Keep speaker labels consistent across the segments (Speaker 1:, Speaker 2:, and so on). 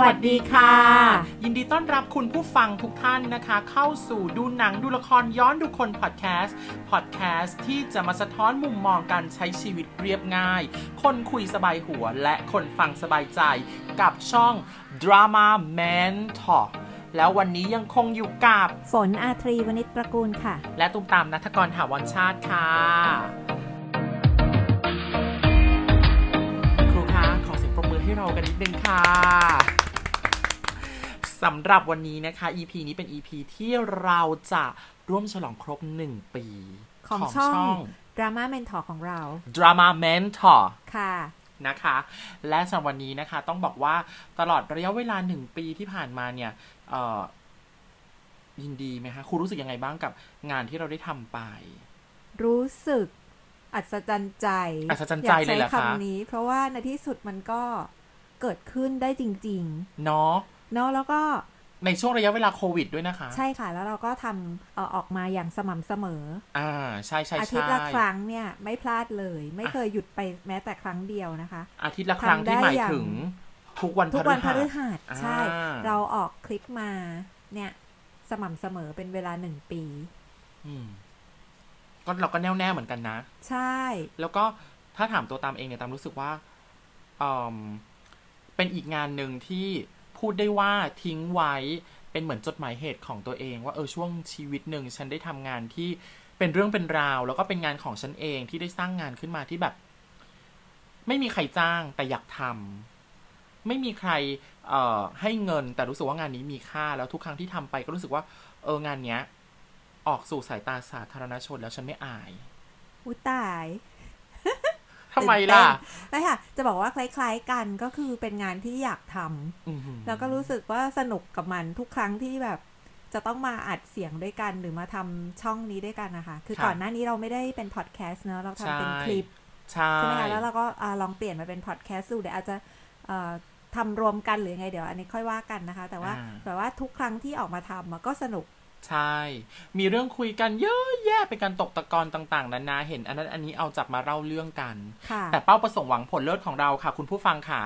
Speaker 1: วัสดีค่ะ
Speaker 2: ยินดีต้อนรับคุณผู้ฟังทุกท่านนะคะ เข้าสู่ดูหนังดูละครย้อนดูคนพอดแคสต์พอดแคสต์ที่จะมาสะท้อนมุมมองการใช้ชีวิตเรียบง่าย คนคุยสบายหัวและคนฟังสบายใจกับช่อง Drama Mentor แล้ววันนี้ยังคงอยู่กับ
Speaker 1: ฝนอาทรีวณิชตระกูลค่ะ
Speaker 2: และตุ้มตามนัทกรถาวรชาติค่ะ ครูคะขอเสียงปรบมือให้เรากันนิดนึงค่ะสำหรับวันนี้นะคะ EP นี้เป็น EP ที่เราจะร่วมฉลองครบ 1 ปี
Speaker 1: ของช่อง Drama Mentor ของเรา
Speaker 2: ดราม่า Mentor
Speaker 1: ค่ะ
Speaker 2: นะคะ และสำหรับวันนี้นะคะ ต้องบอกว่าตลอดระยะเวลา 1 ปีที่ผ่านมาเนี่ยเอ่อยินดีไหมคะครูรู้สึกยังไงบ้างกับงานที่เราได้ทำไป
Speaker 3: รู้สึกอัศจรรย์ใจ
Speaker 2: อัศจรรย์ใจ
Speaker 3: าก
Speaker 2: เลยเหรอคะ
Speaker 3: คำนี้ เพราะว่าในที่สุดมันก็เกิดขึ้นได้จริง
Speaker 2: เนาะ
Speaker 3: ๆ เนาะแล้วก็
Speaker 2: ในช่วงระยะเวลาโควิดด้วยนะคะ
Speaker 3: ใช่ค่ะ แล้วเราก็ทำเอ่อออกมาอย่างสม่ำเสมอ
Speaker 2: อ่า ใช่ใช่
Speaker 3: อาทิต
Speaker 2: ใช่
Speaker 3: ย์ละครั้งเนี่ย ไม่พลาดเลย ไม่เคยหยุดไปแม้แต่ครั้งเดียวนะคะ
Speaker 2: อาทิตย์ละครั้งที่หมายถึง ทุกวัน
Speaker 3: ทุกวันพฤ
Speaker 2: ส
Speaker 3: หัส
Speaker 2: อ่า
Speaker 3: ใช่ เราออกคลิปมาเนี่ย สม่ำเสมอเป็นเวลาหนึ่งปี
Speaker 2: อืมก็เราก็แน่วแน่เหมือนกันนะ
Speaker 3: ใช่
Speaker 2: แล้วก็ถ้าถามตัวตามเองเนี่ยตามรู้สึกว่าเอมเป็นอีกงานหนึ่งที่พูดได้ว่าทิ้งไว้เป็นเหมือนจดหมายเหตุของตัวเอง ว่าเออช่วงชีวิตหนึ่งฉันได้ทำงานที่เป็นเรื่องเป็นราว แล้วก็เป็นงานของฉันเองที่ได้สร้างงานขึ้นมาที่แบบ ไม่มีใครจ้างแต่อยากทำไม่มีใครเอ่อให้เงิน แต่รู้สึกว่างานนี้มีค่า แล้วทุกครั้งที่ทำไปก็รู้สึกว่า เอองานเนี้ย ออกสู่สายตาสาธารณชนแล้วฉันไม่อาย
Speaker 3: อุยตาย
Speaker 2: ทำไมล่ะ
Speaker 3: ใช่ค่ะ จะบอกว่าคล้ายๆกันก็คือเป็นงานที่อยากทำ
Speaker 2: อือหือ
Speaker 3: แล้วก็รู้สึกว่าสนุกกับมันทุกครั้งที่แบบ จะต้องมาอัดเสียงด้วยกันหรือมาทำช่องนี้ด้วยกันนะคะ คือ
Speaker 2: ค่ะ
Speaker 3: ก่อนหน้านี้เราไม่ได้เป็นพอดแคสต์เนอะเราทำ
Speaker 2: ใช่
Speaker 3: เป็นคลิป
Speaker 2: ใช่
Speaker 3: ใช่ไหมคะแล้วเราก็อ่าลองเปลี่ยนมาเป็นพอดแคสต์ดูเดี๋ยวอาจจะเอ่อทำรวมกันหรือยังไงเดี๋ยวอันนี้ค่อยว่ากันนะคะ แต่ว่าแบบว่าทุกครั้งที่ออกมาทำมันก็สนุก
Speaker 2: ใช่ มีเรื่องคุยกันเยอะแยะเป็นการตกตะกอนต่างๆนานาเห็น อันนั้นอันนี้เอาจับมาเล่าเรื่องกัน
Speaker 3: ค่ะ
Speaker 2: แต่เป้าประสงค์หวังผลเลิศของเราค่ะ คุณผู้ฟังขา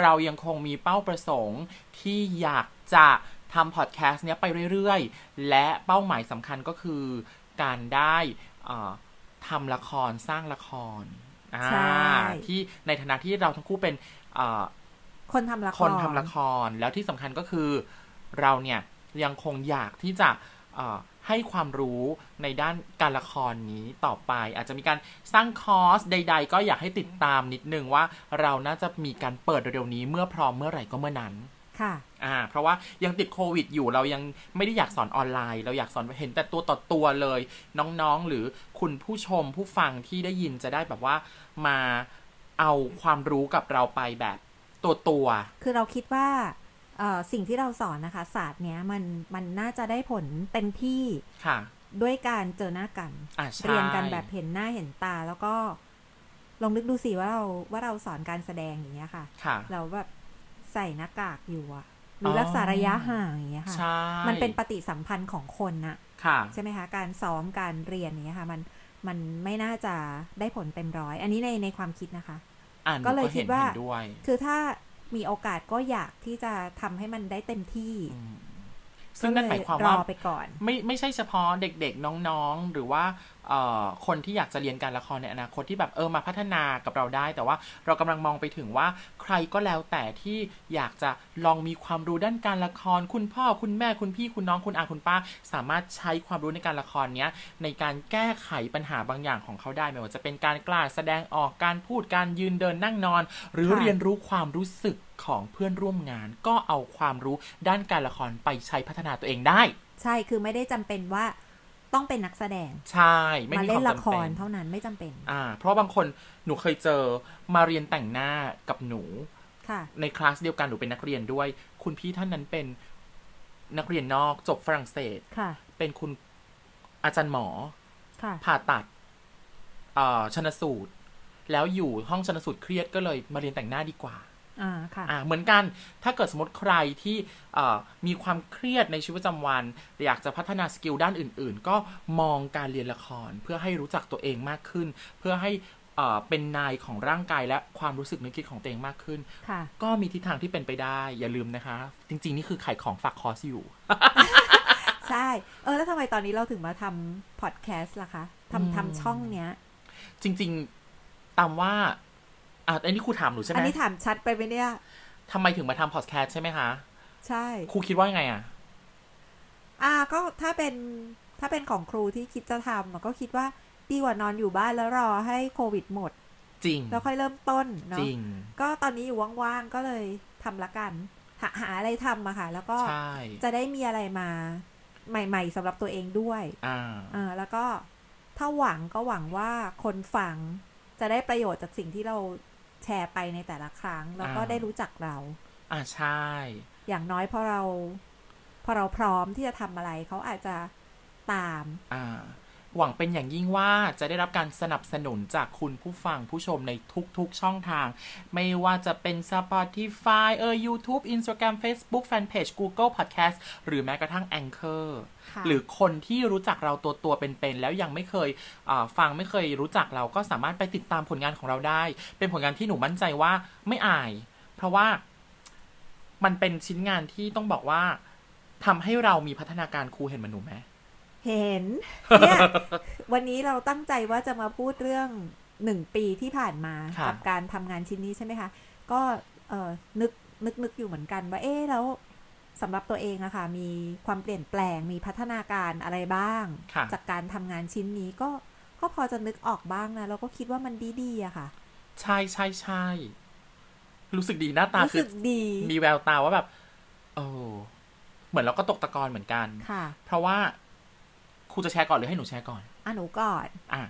Speaker 2: เรายังคงมีเป้าประสงค์ที่อยากจะทำพอดแคสต์เนี้ยไปเรื่อยๆ และเป้าหมายสำคัญก็คือการได้เอ่อทำละครสร้างละครอ่า
Speaker 3: ใช่
Speaker 2: ที่ในฐานะที่เราทั้งคู่เป็นเอ่อ
Speaker 3: คนทำละคร
Speaker 2: คนทำละครแล้วที่สำคัญก็คือเราเนี่ยยังคงอยากที่จะเอ่อให้ความรู้ในด้านการละครนี้ต่อไป อาจจะมีการสร้างคอร์สใด ๆ ก็อยากให้ติดตามนิดนึงว่าเราน่าจะมีการเปิดเร็วๆนี้เมื่อพร้อมเมื่อไหร่ก็เมื่อนั้น
Speaker 3: ค่ะ
Speaker 2: อ่าเพราะว่ายังติดโควิดอยู่เรายังไม่ได้อยากสอนออนไลน์ เราอยากสอนเห็นแต่ตัวต่อตัวเลย น้องๆหรือคุณผู้ชมผู้ฟังที่ได้ยินจะได้แบบว่ามาเอาความรู้กับเราไปแบบตัวตัวๆ
Speaker 3: คือเราคิดว่าเอ่อสิ่งที่เราสอนนะคะ ศาสตร์เนี้ยมันมันน่าจะได้ผลเต็มที่
Speaker 2: ค่ะ
Speaker 3: ด้วยการเจอหน้ากัน
Speaker 2: อ่าใช่
Speaker 3: เรียนกันแบบเห็นหน้าเห็นตาแล้วก็ ลองนึกดูสิว่าเราว่าเราสอนการแสดงอย่างเงี้ยค่ะ
Speaker 2: ค่ะ
Speaker 3: เราแบบใส่หน้ากากอยู่อะหรืออ
Speaker 2: อ
Speaker 3: รักษาระยะห่างอย่างเงี้ยค่ะ
Speaker 2: ใช่
Speaker 3: มันเป็นปฏิสัมพันธ์ของคนน่ะ
Speaker 2: ค่ะ
Speaker 3: ใช่ไหมคะ การซ้อมการเรียนอย่างเนี้ยค่ะ มันมันไม่น่าจะได้ผลเต็มร้อย อันนี้ในในความคิดนะคะ
Speaker 2: อ่านหนู
Speaker 3: ก็เลยคิ
Speaker 2: ห็น
Speaker 3: ดว่า
Speaker 2: เห็นด้วย
Speaker 3: คือถ้ามีโอกาสก็อยากที่จะทำให้มันได้เต็มที่
Speaker 2: อืมซึ่งนั่นหมายความ
Speaker 3: ก็เล
Speaker 2: ว่า
Speaker 3: รอไปก่อน
Speaker 2: ไม่ไม่ใช่เฉพาะเด็กๆ น้องๆ หรือว่าเอ่อคนที่อยากจะเรียนการละครในอนาคตที่แบบเออมาพัฒนากับเราได้ แต่ว่าเรากำลังมองไปถึงว่าใครก็แล้วแต่ที่อยากจะลองมีความรู้ด้านการละคร คุณพ่อคุณแม่คุณพี่คุณน้องคุณอาคุณป้า สามารถใช้ความรู้ในการละครเนี้ยในการแก้ไขปัญหาบางอย่างของเขาได้ไม่ว่าจะเป็นการกล้าแสดงออกการพูดการยืนเดินนั่งนอน หรือ
Speaker 3: ค่ะ
Speaker 2: เรียนรู้ความรู้สึกของเพื่อนร่วมงาน ก็เอาความรู้ด้านการละครไปใช้พัฒนาตัวเองได้
Speaker 3: ใช่คือไม่ได้จำเป็นว่าต้องเป็นนักแสดง
Speaker 2: ใช่ไม่
Speaker 3: มา
Speaker 2: มี
Speaker 3: เล่
Speaker 2: ควาน ม
Speaker 3: ละ
Speaker 2: จำ
Speaker 3: ค
Speaker 2: เป็
Speaker 3: ร
Speaker 2: น
Speaker 3: เท่านั้นไม่จำเป็น
Speaker 2: อ่า เพราะบางคนหนูเคยเจอมาเรียนแต่งหน้ากับหนู
Speaker 3: ค่ะ
Speaker 2: ในคลาสเดียวกันหนูเป็นนักเรียนด้วย คุณพี่ท่านนั้นเป็นนักเรียนนอกจบฝรั่งเศส
Speaker 3: ค่ะ
Speaker 2: เป็นคุณอาจารย์หมอ
Speaker 3: ค่ะ
Speaker 2: ผ่าตัดเอ่อชนสูตร แล้วอยู่ห้องชนสูตรเครียดก็เลยมาเรียนแต่งหน้าดีกว่า
Speaker 3: อ่า ค่ะ
Speaker 2: อ่าเหมือนกันถ้าเกิดสมมติใครที่เอ่อมีความเครียดในชีวิตประจำวัน อยากจะพัฒนาสกิลด้านอื่น ๆ ก็มองการเรียนละคร เพื่อให้รู้จักตัวเองมากขึ้น เพื่อให้ เอ่อเป็นนายของร่างกายและความรู้สึกนึกคิดของตัวเองมากขึ้น
Speaker 1: ค่ะ
Speaker 2: ก็มีทิศทางที่เป็นไปได้อย่าลืมนะคะ จริง ๆ นี่คือขายของฝากคอร์สอยู่
Speaker 3: ใช่ เออ แล้วทำไมตอนนี้เราถึงมาทำพอดแคสต์ล่ะคะ
Speaker 2: อืม
Speaker 3: ทำทำช่องเนี้ย
Speaker 2: จริง ๆตามว่าอ่ะอันนี้ครูถามหนูใช่ไห
Speaker 3: อั
Speaker 2: ม
Speaker 3: นนี้ถามชัดไปไหมเนี่ย
Speaker 2: ทำไมถึงมาทำพอดแคสต์ใช่ไหมคะ
Speaker 3: ใช่
Speaker 2: ครูคิดว่ายังไงอ่ะ
Speaker 3: อ่าก็ถ้าเป็นถ้าเป็นของครูที่คิดจะทำอะก็คิดว่าดีกว่านอนอยู่บ้านแล้วรอให้โควิดหมด
Speaker 2: จริง
Speaker 3: แล้วค่อยเริ่มต้น
Speaker 2: จ
Speaker 3: เนาะ
Speaker 2: ริง
Speaker 3: ก็ตอนนี้อยู่ว่างๆ ก็เลยทำละกัน หาหาอะไรทำอะค่ะ แล้วก็
Speaker 2: ใช่
Speaker 3: จะได้มีอะไรมา ใหม่ ๆสำหรับตัวเองด้วย
Speaker 2: อ่า
Speaker 3: อ่าแล้วก็ถ้าหวังก็หวังว่าคนฟังจะได้ประโยชน์จากสิ่งที่เราแชร์ไปในแต่ละครั้ง แล้วก็
Speaker 2: อ่า
Speaker 3: ได้รู้จักเรา
Speaker 2: อ่าใช่
Speaker 3: อย่างน้อยพอเรา พอเราพร้อมที่จะทำอะไร เขาอาจจะตาม
Speaker 2: อ่า หวังเป็นอย่างยิ่งว่าจะได้รับการสนับสนุนจากคุณผู้ฟังผู้ชมในทุกๆช่องทาง ไม่ว่าจะเป็น Spotify เออ YouTube Instagram Facebook Fanpage Google Podcast หรือแม้กระทั่ง Anchor
Speaker 3: ค่ะ
Speaker 2: หรือคนที่รู้จักเราตัวตัวๆเป็นๆแล้วยังไม่เคยอ่าฟังไม่เคยรู้จักเราก็สามารถไปติดตามผลงานของเราได้ เป็นผลงานที่หนูมั่นใจว่าไม่อาย เพราะว่ามันเป็นชิ้นงานที่ต้องบอกว่าทำให้เรามีพัฒนาการครูเห็นมันหนูไหม
Speaker 3: เห็ น เนี่ย วันนี้เราตั้งใจว่าจะมาพูดเรื่องหนึ่งปีที่ผ่านมา
Speaker 2: ค่ะ
Speaker 3: กัการทำงานชิ้นนี้ใช่ไหมคะ ก็เออนึกนึกนึกอยู่เหมือนกันว่า เอ๊ะแล้วสำหรับตัวเองอะค่ะ มีความเปลี่ยนแปลง มีพัฒนาการอะไรบ้าง
Speaker 2: ค่ะ
Speaker 3: จากการทำงานชิ้นนี้ก็ก็พอจะนึกออกบ้างนะ แล้วก็คิดว่ามันดีดีๆอะค่ะ
Speaker 2: ใช่ใช่ใช่ รู้สึกดีหน้าตา
Speaker 3: รู้
Speaker 2: คือ
Speaker 3: สึกดี
Speaker 2: มีแววตาว่าแบบ โอ้เหมือนเราก็ตกตะกอนเหมือนกัน
Speaker 3: ค่ะ
Speaker 2: เพราะว่าครูจะแชร์ก่อนหรือให้หนูแชร์ก่อน
Speaker 3: อ่ะหนูก่อน
Speaker 2: อ่ะ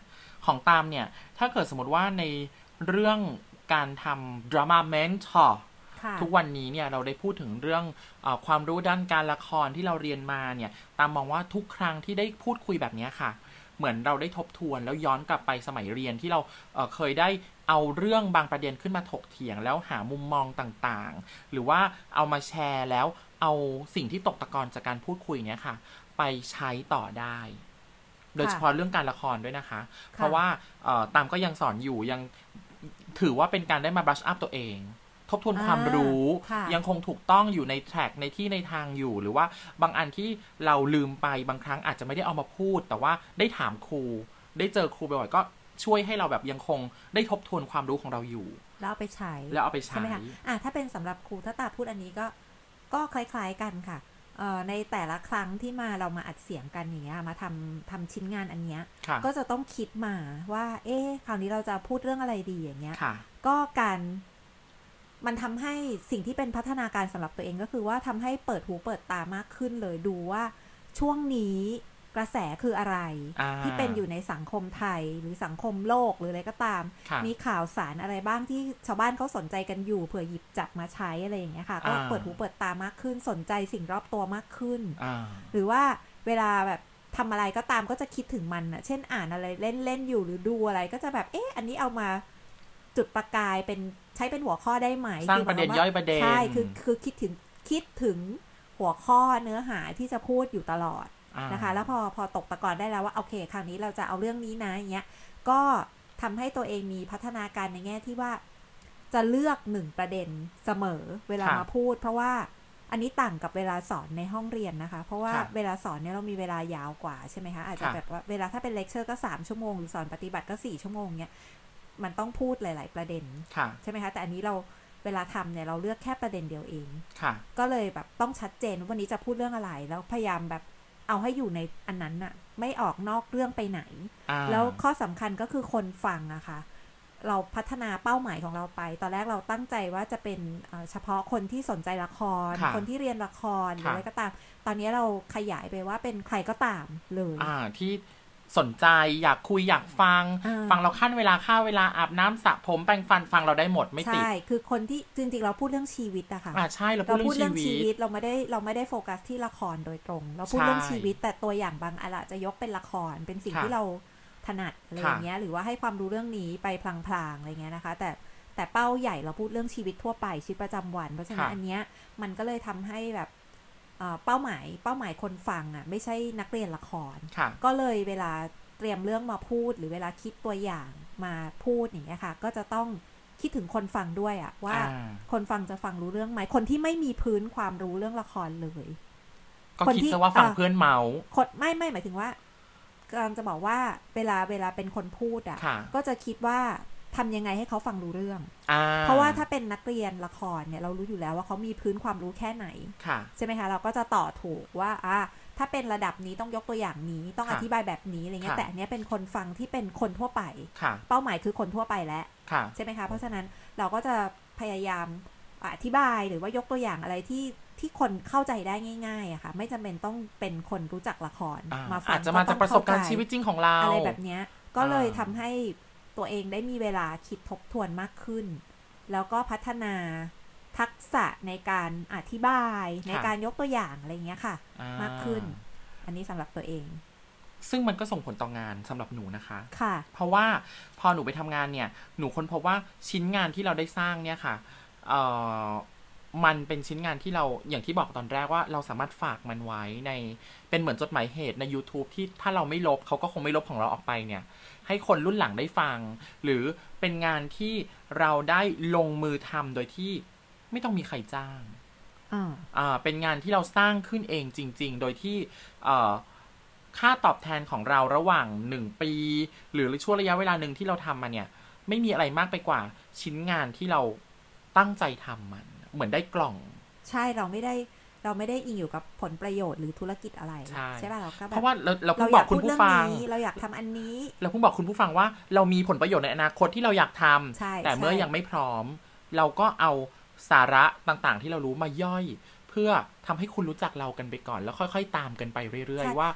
Speaker 2: ของตามเนี่ย ถ้าเกิดสมมติว่าในเรื่องการทำดราม่าเมนทอร์
Speaker 3: ค่ะ
Speaker 2: ทุกวันนี้เนี่ยเราได้พูดถึงเรื่องเออความรู้ด้านการละครที่เราเรียนมาเนี่ย ตามมองว่าทุกครั้งที่ได้พูดคุยแบบเนี้ยค่ะ เหมือนเราได้ทบทวนแล้วย้อนกลับไปสมัยเรียนที่เราเอ่อเคยได้เอาเรื่องบางประเด็นขึ้นมาถกเถียง แล้วหามุมมองต่างๆ หรือว่าเอามาแชร์แล้วเอาสิ่งที่ตกตะกอนจากการพูดคุยเนี้ยค่ะ ไปใช้ต่อได้ โดยเฉพาะเรื่องการละครด้วยนะคะ เพราะว่าเอ่อตามก็ยังสอนอยู่ยังถือว่าเป็นการได้มาบ r ัชอัพตัวเอง ทบทวนความรู้
Speaker 3: อ่าค่ะ
Speaker 2: ยังคงถูกต้องอยู่ในแทร็กในที่ในทางอยู่ หรือว่าบางอันที่เราลืมไปบางครั้งอาจจะไม่ได้เอามาพูด แต่ว่าได้ถามครู ได้เจอครูบ่อยๆก็ช่วยให้เราแบบยังคงได้ทบทวนความรู้ของเราอยู่
Speaker 3: แล้วเอาไปใช้
Speaker 2: แล้วเอาไปใช้
Speaker 3: ใช่ไหมคะอ่ะถ้าเป็นสำหรับครูถ้าตาพูดอันนี้ก็ ก็คล้ายๆกันค่ะเอ่อในแต่ละครั้งที่มาเรามาอัดเสียงกันอย่างเงี้ย มาทำทำชิ้นงานอันเนี้ย
Speaker 2: ค่ะ
Speaker 3: ก็จะต้องคิดมาว่า เอ๊ะ คราวนี้เราจะพูดเรื่องอะไรดีอย่างเงี้ย
Speaker 2: ค่ะ
Speaker 3: ก็การ มันทำให้สิ่งที่เป็นพัฒนาการสำหรับตัวเองก็คือว่าทำให้เปิดหูเปิดตามากขึ้นเลยดูว่า ช่วงนี้กระแสคืออะไร
Speaker 2: อ่า
Speaker 3: ที่เป็นอยู่ในสังคมไทยหรือสังคมโลกหรืออะไรก็ตาม
Speaker 2: ค่ะ
Speaker 3: มีข่าวสารอะไรบ้างที่ชาวบ้านเขาสนใจกันอยู่เผื่อหยิบจับมาใช้อะไรอย่างเงี้ยค่ะ ก็
Speaker 2: อ่า
Speaker 3: เปิดหูเปิดตามากขึ้นสนใจสิ่งรอบตัวมากขึ้น
Speaker 2: อ่า
Speaker 3: หรือว่าเวลาแบบทำอะไรก็ตามก็จะคิดถึงมันอะเช่นอ่านอะไรเล่นเล่นๆอยู่หรือดูอะไรก็จะแบบเอ๊ะอันนี้เอามาจุดประกายเป็นใช้เป็นหัวข้อได้ไหม
Speaker 2: สร้าง
Speaker 3: คือหม
Speaker 2: ประเด็
Speaker 3: ค
Speaker 2: น
Speaker 3: วมว่
Speaker 2: ย่อยประเด็น
Speaker 3: ใช่คือคือคิดถึงคิดถึงหัวข้อเนื้อหาที่จะพูดอยู่ตลอด
Speaker 2: า
Speaker 3: นะคะแล้วพอพอตกตะกอนได้แล้วว่าโอเค คราวนี้เราจะเอาเรื่องนี้นะอย่างเงี้ยก็ทำให้ตัวเองมีพัฒนาการในแง่ที่ว่า จะเลือกหนึ่งประเด็นเสมอเวลา
Speaker 2: ค่ะ
Speaker 3: มาพูด เพราะว่าอันนี้ต่างกับเวลาสอนในห้องเรียนนะคะ เพราะว่า
Speaker 2: ค่ะ
Speaker 3: เวลาสอนเนี่ยเรามีเวลายาวกว่าใช่ไหมคะอาจจะ
Speaker 2: ค่ะ
Speaker 3: แบบว่าเวลาถ้าเป็นเลคเชอร์ก็สามชั่วโมงหรือสอนปฏิบัติก็สี่ชั่วโมงเนี้ยมันต้องพูดหลาย ๆ ประเด็น
Speaker 2: ค่ะ
Speaker 3: ใช่ไหมคะแต่อันนี้เราเวลาทำเนี่ยเราเลือกแค่ประเด็นเดียวเอง
Speaker 2: ค่ะ
Speaker 3: ก็เลยแบบต้องชัดเจนว่าวันนี้จะพูดเรื่องอะไร แล้วพยายามแบบเอาให้อยู่ในอันนั้นน่ะ ไม่ออกนอกเรื่องไปไหน
Speaker 2: อ่า
Speaker 3: แล้วข้อสำคัญก็คือคนฟังอะค่ะ เราพัฒนาเป้าหมายของเราไป ตอนแรกเราตั้งใจว่าจะเป็นเอ่อเฉพาะคนที่สนใจละคร
Speaker 2: ค่ะ
Speaker 3: คนที่เรียนละครหรือ
Speaker 2: ค่ะ
Speaker 3: อะไรก็ตาม ตอนนี้เราขยายไปว่าเป็นใครก็ตามเลย
Speaker 2: อ่าที่สนใจอยากคุยอยากฟัง
Speaker 3: อ่า
Speaker 2: ฟังเราขั้นเวลาค่าเวลาอาบน้ำสระผมแปรงฟันฟังเราได้หมดไม่ติด
Speaker 3: ใช่ คือคนที่จริงๆเราพูดเรื่องชีวิตอะค่ะ
Speaker 2: อ่าใช่เราพู
Speaker 3: เรา
Speaker 2: ดเรื่
Speaker 3: พู
Speaker 2: อ
Speaker 3: ด
Speaker 2: ง
Speaker 3: เรื่อง
Speaker 2: ชี
Speaker 3: ชี
Speaker 2: วิ
Speaker 3: วิ
Speaker 2: ต
Speaker 3: ตเราไม่ได้เราไม่ได้โฟกัสที่ละครโดยตรง เราพูดเรื่องชีวิต แต่ตัวอย่างบางอนอาจจะยกเป็นละคร เป็นสิ่ง
Speaker 2: ค่ะ
Speaker 3: ที่เราถนัดอะไรอย่างเงี้ยหรือว่าให้ความรู้เรื่องนี้ไปพลางๆอะไรเงี้ยนะคะ แต่แต่เป้าใหญ่เราพูดเรื่องชีวิตทั่วไปชีวิตประจำวัน เพราะฉะนั้น
Speaker 2: ค่ะ
Speaker 3: อันเนี้ยมันก็เลยทำให้แบบเอ่อเป้าหมายเป้าหมายคนฟังอ่ะไม่ใช่นักเรียนละคร
Speaker 2: ค่ะ
Speaker 3: ก็เลยเวลาเตรียมเรื่องมาพูดหรือเวลาคิดตัวอย่าง มาพูดอย่างเงี้ยค่ะ ก็จะต้องคิดถึงคนฟังด้วยอะว่า
Speaker 2: อ่า
Speaker 3: คนฟังจะฟังรู้เรื่องไหมคนที่ไม่มีพื้นความรู้เรื่องละครเลย
Speaker 2: ก็
Speaker 3: คน
Speaker 2: คิด
Speaker 3: ที่
Speaker 2: ซะว่าฝั่ง
Speaker 3: อ่ะ
Speaker 2: เพื่อนเมาส์
Speaker 3: คนไม่ไม่หมายถึงว่ากำลังจะบอกว่าเวลาเวลาเป็นคนพูดอะ
Speaker 2: ค่ะ
Speaker 3: ก็จะคิดว่าทำยังไงให้เขาฟังรู้เรื่อง
Speaker 2: อ่า
Speaker 3: เพราะว่าถ้าเป็นนักเรียนละครเนี่ยเรารู้อยู่แล้วว่าเขามีพื้นความรู้แค่ไหน
Speaker 2: ค่ะ
Speaker 3: ใช่ไหมคะเราก็จะต่อถูกว่าอ่ะถ้าเป็นระดับนี้ต้องยกตัวอย่างนี้ต้องอ
Speaker 2: ค่ะ
Speaker 3: ธิบายแบบนี้อะไรเงี้ย
Speaker 2: ค่ะ
Speaker 3: แต่อันเนี้ยเป็นคนฟังที่เป็นคนทั่วไป
Speaker 2: ค่ะ
Speaker 3: เป้าหมายคือคนทั่วไปแล้ว
Speaker 2: ค่ะ
Speaker 3: ใช่ไหมคะเพราะฉะนั้นเราก็จะพยายามอธิบายหรือว่ายกตัวอย่างอะไรที่ที่คนเข้าใจได้ง่ายๆอะค่ะไม่จำเป็นต้องเป็นคนรู้จักละคร
Speaker 2: อ่า
Speaker 3: มาฟัง
Speaker 2: อาจจะมาจากประสบการณ์ชีวิตจริงของเรา
Speaker 3: อะไรแบบเนี้ยก็
Speaker 2: อ่า
Speaker 3: เลยทำให้ตัวเองได้มีเวลาคิดทบทวนมากขึ้น แล้วก็พัฒนาทักษะในการอธิบายในการยกตัวอย่างอะไรเงี้ยค่ะ
Speaker 2: อ่
Speaker 3: มากขึ้น อันนี้สำหรับตัวเอง
Speaker 2: ซึ่งมันก็ส่งผลต่องานสำหรับหนูนะคะ
Speaker 3: ค่ะ
Speaker 2: เพราะว่าพอหนูไปทำงานเนี่ย หนูค้นพบว่าชิ้นงานที่เราได้สร้างเนี่ยค่ะเอ่อมันเป็นชิ้นงานที่เราอย่างที่บอกตอนแรกว่าเราสามารถฝากมันไว้ในเป็นเหมือนจดหมายเหตุใน YouTube ที่ถ้าเราไม่ลบเขาก็คงไม่ลบของเราออกไปเนี่ย ให้คนรุ่นหลังได้ฟัง หรือเป็นงานที่เราได้ลงมือทำโดยที่ไม่ต้องมีใครจ้าง
Speaker 3: อ่า
Speaker 2: อ่าเป็นงานที่เราสร้างขึ้นเองจริง ๆ โดยที่เอ่อค่าตอบแทนของเราระหว่าง 1 ปี หรือช่วงระยะเวลาหนึ่งที่เราทำมาเนี่ย ไม่มีอะไรมากไปกว่าชิ้นงานที่เราตั้งใจทำมัน เหมือนได้กล่อง
Speaker 3: ใช่เราไม่ได้เราไม่ได้อิงอยู่กับผลประโยชน์หรือธุรกิจอะไร
Speaker 2: ใช่
Speaker 3: ป่ะเราก็แบบ
Speaker 2: เพราะว่าเราเราเพิ่
Speaker 3: เรา
Speaker 2: ง
Speaker 3: อบยา
Speaker 2: อก ก
Speaker 3: พู
Speaker 2: คุ
Speaker 3: ด
Speaker 2: ณ
Speaker 3: เรื่
Speaker 2: ผู้
Speaker 3: อง
Speaker 2: ฟัง
Speaker 3: นี้ เราอยากทำอันนี้
Speaker 2: เราเพิ่งบอกคุณผู้ฟังว่า เรามีผลประโยชน์ในอนาคตที่เราอยากทำ
Speaker 3: ใช่
Speaker 2: แต่เมื่อ
Speaker 3: ใช่
Speaker 2: ยังไม่พร้อม เราก็เอาสาระต่างๆ ที่เรารู้มาย่อย เพื่อทำให้คุณรู้จักเรากันไปก่อน แล้วค่อย ๆ ตามกันไปเรื่อย ๆ ว่า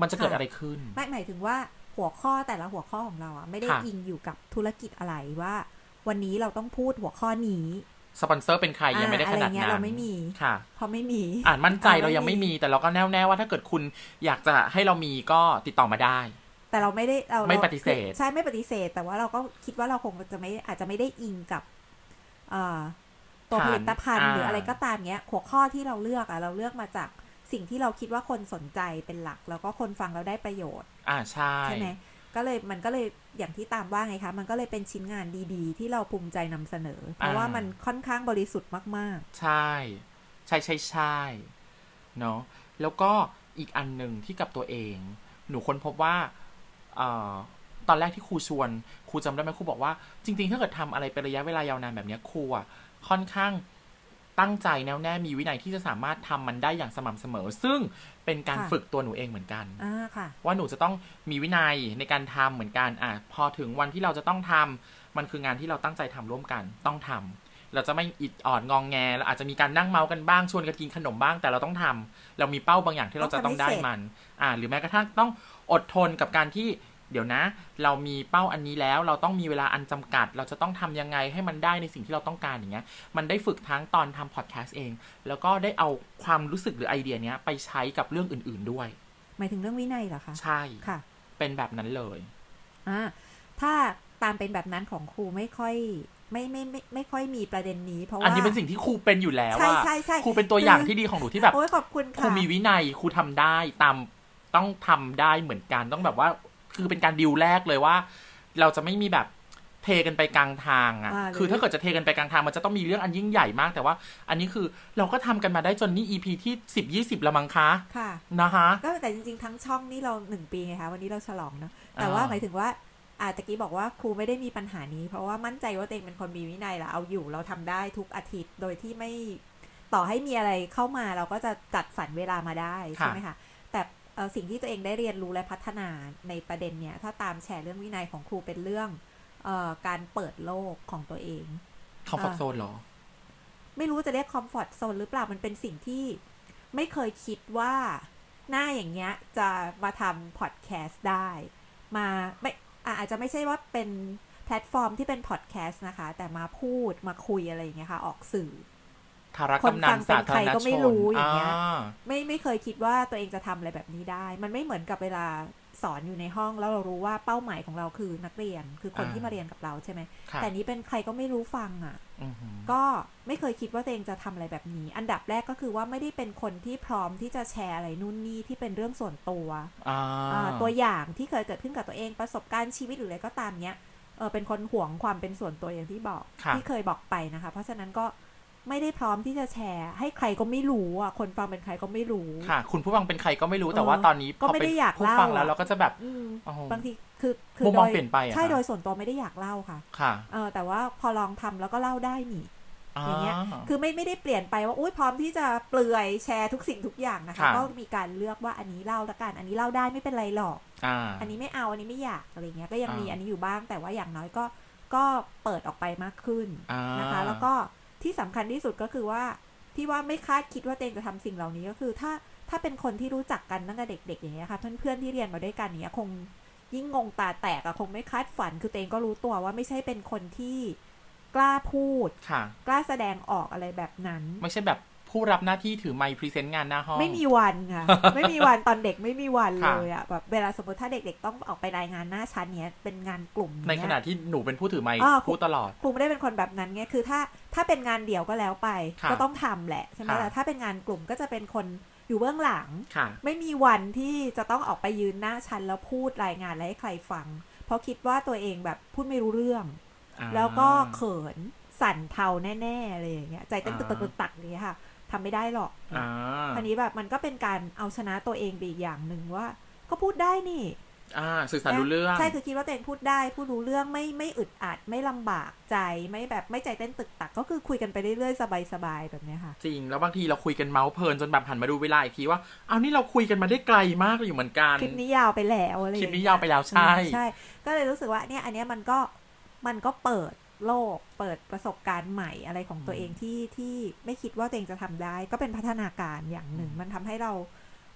Speaker 2: มันจะเกิดอะไรขึ้น
Speaker 3: ไม่หมายถึงว่าหัวข้อแต่ละหัวข้อของเราอะไม่ได้
Speaker 2: ค่ะ
Speaker 3: อิงอยู่กับธุรกิจอะไรว่า วันนี้เราต้องพูดหัวข้อนี้
Speaker 2: สปอนเซอร์เป็นใคร
Speaker 3: อ่า
Speaker 2: ยังไม่ได้ขนาด
Speaker 3: อะไรเงี้ย
Speaker 2: นั้น
Speaker 3: เราไม่มี
Speaker 2: ค่ะ
Speaker 3: เพราะไม่มี
Speaker 2: อ่านมั่นใจ
Speaker 3: เรา
Speaker 2: เรา
Speaker 3: ไม่
Speaker 2: ยังไม่มีแต่เราก็แน่วแน่ว่าถ้าเกิดคุณอยากจะให้เรามีก็ติดต่อมาได้
Speaker 3: แต่เราไม่ได้เรา
Speaker 2: ไม่ปฏิเสธ
Speaker 3: คือใช่ไม่ปฏิเสธ แต่ว่าเราก็คิดว่าเราคงจะไม่อาจจะไม่ได้อิงกับเอ่อตัวผลิตภัณฑ์หรืออะไรก็ตามเงี้ย หัวข้อที่เราเลือกอะเราเลือกมาจากสิ่งที่เราคิดว่าคนสนใจเป็นหลัก แล้วก็คนฟังเราได้ประโยชน์
Speaker 2: อ่าใช่
Speaker 3: ใช่ไหมก็เลยมันก็เลยอย่างที่ตามว่าไงคะ มันก็เลยเป็นชิ้นงานดีๆ ที่เราภูมิใจนำเสนอ เพราะว่ามันค่อนข้างบริสุทธิ์มาก
Speaker 2: ใช่ ใช่ใช่ใช่เนาะแล้วก็อีกอันหนึ่งที่กับตัวเอง หนูค้นพบว่าเอ่อตอนแรกที่ครูชวนครูจำได้ไหมครูบอกว่า จริง ๆ ถ้าเกิดทำอะไรเป็นระยะเวลายาวนานแบบเนี้ยครูอะค่อนข้างตั้งใจแน่วแน่มีวินัยที่จะสามารถทำมันได้อย่างสม่ำเสมอ ซึ่งเป็นการ
Speaker 3: ค่ะ
Speaker 2: ฝึกตัวหนูเองเหมือนกัน
Speaker 3: ๆอ่าค่ะ
Speaker 2: ว่าหนูจะต้องมีวินัยในการทำเหมือนกันอ่ะพอถึงวันที่เราจะต้องทำมันคืองานที่เราตั้งใจทำร่วมกันต้องทำเราจะไม่อิดออดงองแงเราอาจจะมีการนั่งเมากันบ้างชวนกันกินขนมบ้างแต่เราต้องทำเรามีเป้าบางอย่างที่เราจะต้องได้มัน อ่า หรือแม้กระทั่งต้องอดทนกับการที่ เดี๋ยวนะ เรามีเป้าอันนี้แล้ว เราต้องมีเวลาอันจำกัด เราจะต้องทำยังไงให้มันได้ในสิ่งที่เราต้องการอย่างเงี้ย มันได้ฝึกทั้งตอนทำพอดแคสต์เอง แล้วก็ได้เอาความรู้สึกหรือไอเดียเนี้ยไปใช้กับเรื่องอื่น ๆด้วย
Speaker 3: หมายถึงเรื่องวินัยเหรอคะ
Speaker 2: ใช่
Speaker 3: ค่ะ
Speaker 2: เป็นแบบนั้นเลย
Speaker 3: อ่าถ้าตามเป็นแบบนั้นของครูไม่ค่อยไม่ไม่ไม่ไม่ค่อยมีประเด็นนี้ เพราะว่า
Speaker 2: อันนี้เป็นสิ่งที่ครูเป็นอยู่แล้ว
Speaker 3: ใช่
Speaker 2: อะ
Speaker 3: ใช่ใช่
Speaker 2: ครูเป็นตัวอย่างที่ดีของหนูที่แบบ
Speaker 3: โอ้ยขอบคุณ
Speaker 2: ครู
Speaker 3: ค่ะ
Speaker 2: มีวินัยครูทำได้ตามต้องทำได้เหมือนกันต้องแบบว่า คือเป็นการดิวแรกเลยว่า เราจะไม่มีแบบเทกันไปกลางทางอะ
Speaker 3: าหรือ
Speaker 2: คือถ้าเกิดจะเทกันไปกลางทางมันจะต้องมีเรื่องอันยิ่งใหญ่มาก แต่ว่า อันนี้คือเราก็ทำกันมาได้จนนี่ EP ที่สิบยี่สิบละมั้งคะ
Speaker 3: ค่ะ
Speaker 2: นะคะ
Speaker 3: ก็แต่จริงๆ ทั้งช่องนี่เราหนึ่งปีไงคะวันนี้เราฉลองเนาะแต่ว่า
Speaker 2: อ่า
Speaker 3: หมายถึงว่าอาตะกี้บอกว่าครูไม่ได้มีปัญหานี้ เพราะว่ามั่นใจว่าตัวเองเป็นคนมีวินัยละเอาอยู่เราทำได้ทุกอาทิตย์โดยที่ไม่ต่อให้มีอะไรเข้ามาเราก็จะจัดสรรเวลามาได้ใช่ไหมคะแต่เอ่อสิ่งที่ตัวเองได้เรียนรู้และพัฒนาในประเด็นเนี่ยถ้าตามแชร์เรื่องวินัยของครูเป็นเรื่องเออการเปิดโลกของตัวเอง
Speaker 2: คอมฟอร์ทโซนหรอ
Speaker 3: ไม่รู้จะเรียกคอมฟอร์ตโซนหรือเปล่า มันเป็นสิ่งที่ไม่เคยคิดว่าหน้าอย่างเงี้ยจะมาทำพอดแคสต์ได้ มาไม่อ่ะอาจจะไม่ใช่ว่าเป็นแพลตฟอร์มที่เป็นพอดแคสต์นะคะ แต่มาพูดมาคุยอะไรอย่างเงี้ยค่ะ ออกสื่อ
Speaker 2: ทาร
Speaker 3: คน
Speaker 2: กำนั
Speaker 3: ฟั
Speaker 2: น
Speaker 3: ง
Speaker 2: สาธารณ
Speaker 3: เป็นใครก็
Speaker 2: ช
Speaker 3: ไม่
Speaker 2: น
Speaker 3: รู้อย่างเงี้ย
Speaker 2: อ่า
Speaker 3: ไม่ไม่เคยคิดว่าตัวเองจะทำอะไรแบบนี้ได้ มันไม่เหมือนกับเวลาสอนอยู่ในห้อง แล้วเรารู้ว่าเป้าหมายของเราคือนักเรียน คือคน
Speaker 2: อ่า
Speaker 3: ที่มาเรียนกับเราใช่ไหม
Speaker 2: ค่ะ
Speaker 3: แต่นี้เป็นใครก็ไม่รู้ฟังอ่ะ
Speaker 2: อือหือ
Speaker 3: ก็ไม่เคยคิดว่าตัวเองจะทำอะไรแบบนี้ อันดับแรกก็คือว่าไม่ได้เป็นคนที่พร้อมที่จะแชร์อะไรนู่นนี่ที่เป็นเรื่องส่วนตัวอ่าตัวอย่างที่เคยเกิดขึ้นกับตัวเองประสบการณ์ชีวิตหรืออะไรก็ตามเนี้ย เออเป็นคนห่วงความเป็นส่วนตัวอย่างที่บอก
Speaker 2: ค่ะ
Speaker 3: ที่เคยบอกไปนะคะ เพราะฉะนั้นก็ไม่ได้พร้อมที่จะแชร์ ให้ใครก็ไม่รู้อ่ะคนฟังเป็นใครก็ไม่รู้
Speaker 2: ค่ะ คุณผู้ฟังเป็นใครก็ไม่รู้
Speaker 3: เออ
Speaker 2: แต่ว่าตอนนี้
Speaker 3: ก็ไม่ได้อยาก
Speaker 2: พอเป็นผู้
Speaker 3: เล่า
Speaker 2: ฟังแล้ว
Speaker 3: อะ
Speaker 2: เราก็จะแบบ
Speaker 3: อืม
Speaker 2: อ๋อบ
Speaker 3: างทีคือคื
Speaker 2: มุมมอง
Speaker 3: โด
Speaker 2: เปลี่ยนไปอะ
Speaker 3: ใช่
Speaker 2: คะ
Speaker 3: โดยส่วนตัวไม่ได้อยากเล่าค่ะ
Speaker 2: ค่ะ
Speaker 3: เออแต่ว่าพอลองทำแล้วก็เล่าได้นี่ อย่างเงี้ย
Speaker 2: า
Speaker 3: คือไม่ไม่ได้เปลี่ยนไปว่าอุ้ยพร้อมที่จะเปลือยแชร์ทุกสิ่งทุกอย่างนะคะ
Speaker 2: ค่ะ
Speaker 3: ก็มีการเลือกว่าอันนี้เล่าละกัน อันนี้เล่าได้ไม่เป็นไรหรอก
Speaker 2: อ่า
Speaker 3: อันนี้ไม่เอาอันนี้ไม่อยากอะไรเงี้ยก็ยังมี
Speaker 2: อ่า
Speaker 3: อันนี้อยู่บ้าง แต่ว่าอย่างน้อยก็ก็เปิดออกไปมากขึ้น
Speaker 2: อ่า
Speaker 3: นะคะ แล้วก็ที่สำคัญที่สุดก็คือว่าที่ว่าไม่คาดคิดว่าเตงจะทำสิ่งเหล่านี้ก็คือถ้าถ้าเป็นคนที่รู้จักกันตั้งแต่เด็ก ๆ อย่างเงี้ยค่ะเพื่อนๆที่เรียนมาด้วยกันเนี้ยคงยิ่งงงตาแตกอะคงไม่คาดฝันคือเตงก็รู้ตัวว่าไม่ใช่เป็นคนที่กล้าพูด
Speaker 2: ค่ะ
Speaker 3: กล้าแสดงออกอะไรแบบนั้น
Speaker 2: ไม่ใช่แบบผู้รับหน้าที่ถือไมค์พรีเซนต์งานหน้าห้อง
Speaker 3: ไม่มีวัน ค่ะ ไม่มีวันตอนเด็กไม่มีวัน
Speaker 2: ค่ะ
Speaker 3: เลยอะแบบเวลาสมมติถ้าเด็กๆต้องออกไปรายงานหน้าชั้นเนี้ยเป็นงานกลุ่ม
Speaker 2: ใน
Speaker 3: เย
Speaker 2: ขณะที่หนูเป็นผู้ถือไมค์
Speaker 3: อ่า
Speaker 2: พูดตลอด
Speaker 3: ครูไม่ได้เป็นคนแบบนั้นไงคือถ้าถ้าเป็นงานเดี่ยวก็แล้วไป
Speaker 2: ค่ะ
Speaker 3: ก็ต้องทำแหละใช่ไหม
Speaker 2: ค่ะ
Speaker 3: แต่ถ้าเป็นงานกลุ่มก็จะเป็นคนอยู่เบื้องหลัง
Speaker 2: ค่ะ
Speaker 3: ไม่มีวันที่จะต้องออกไปยืนหน้าชั้นแล้วพูดรายงานอะไรให้ใครฟัง เพราะคิดว่าตัวเองแบบพูดไม่รู้เรื่อง
Speaker 2: อ่า
Speaker 3: แล้วก็เขินสั่นเทาแน่ๆอะไรอย่างเงี้ยใจเต้นตึกตึกตึกตักอย่างเงี้ยค่ะทำไม่ได้หรอก
Speaker 2: อ่า
Speaker 3: อันนี้แบบมันก็เป็นการเอาชนะตัวเองไปอีกอย่างหนึ่งว่า ก็พูดได้นี่
Speaker 2: อ่า สื่อสารรู้เรื่อง
Speaker 3: ใช่คือคิดว่าตัวเองพูดได้พูดรู้เรื่องไม่ไม่อึดอัดไม่ลำบากใจไม่แบบไม่ใจเต้นตึกตักก็คือคุยกันไปเรื่อยๆ สบายๆแบบเนี้ยค่ะ
Speaker 2: จริง แล้วบางทีเราคุยกันเมาส์เพลินจนแบบหันมาดูเวลาอีกทีว่าเอานี่เราคุยกันมาได้ไกลมากเลยอยู่เหมือนกัน
Speaker 3: คลิปนี้ยาวไปแล้วอะไรอ
Speaker 2: คลิป
Speaker 3: ย่าง
Speaker 2: นี้
Speaker 3: เงี้ย
Speaker 2: ยาวไปแล้วใช่
Speaker 3: อืมใช่ ก็เลยรู้สึกว่าเนี่ยอันเนี้ยมันก็มันก็เปิดโลก เปิดประสบการณ์ใหม่อะไรของตัวเองที่ที่ไม่คิดว่าตัวเองจะทำได้ ก็เป็นพัฒนาการอย่างหนึ่ง มันทำให้เรา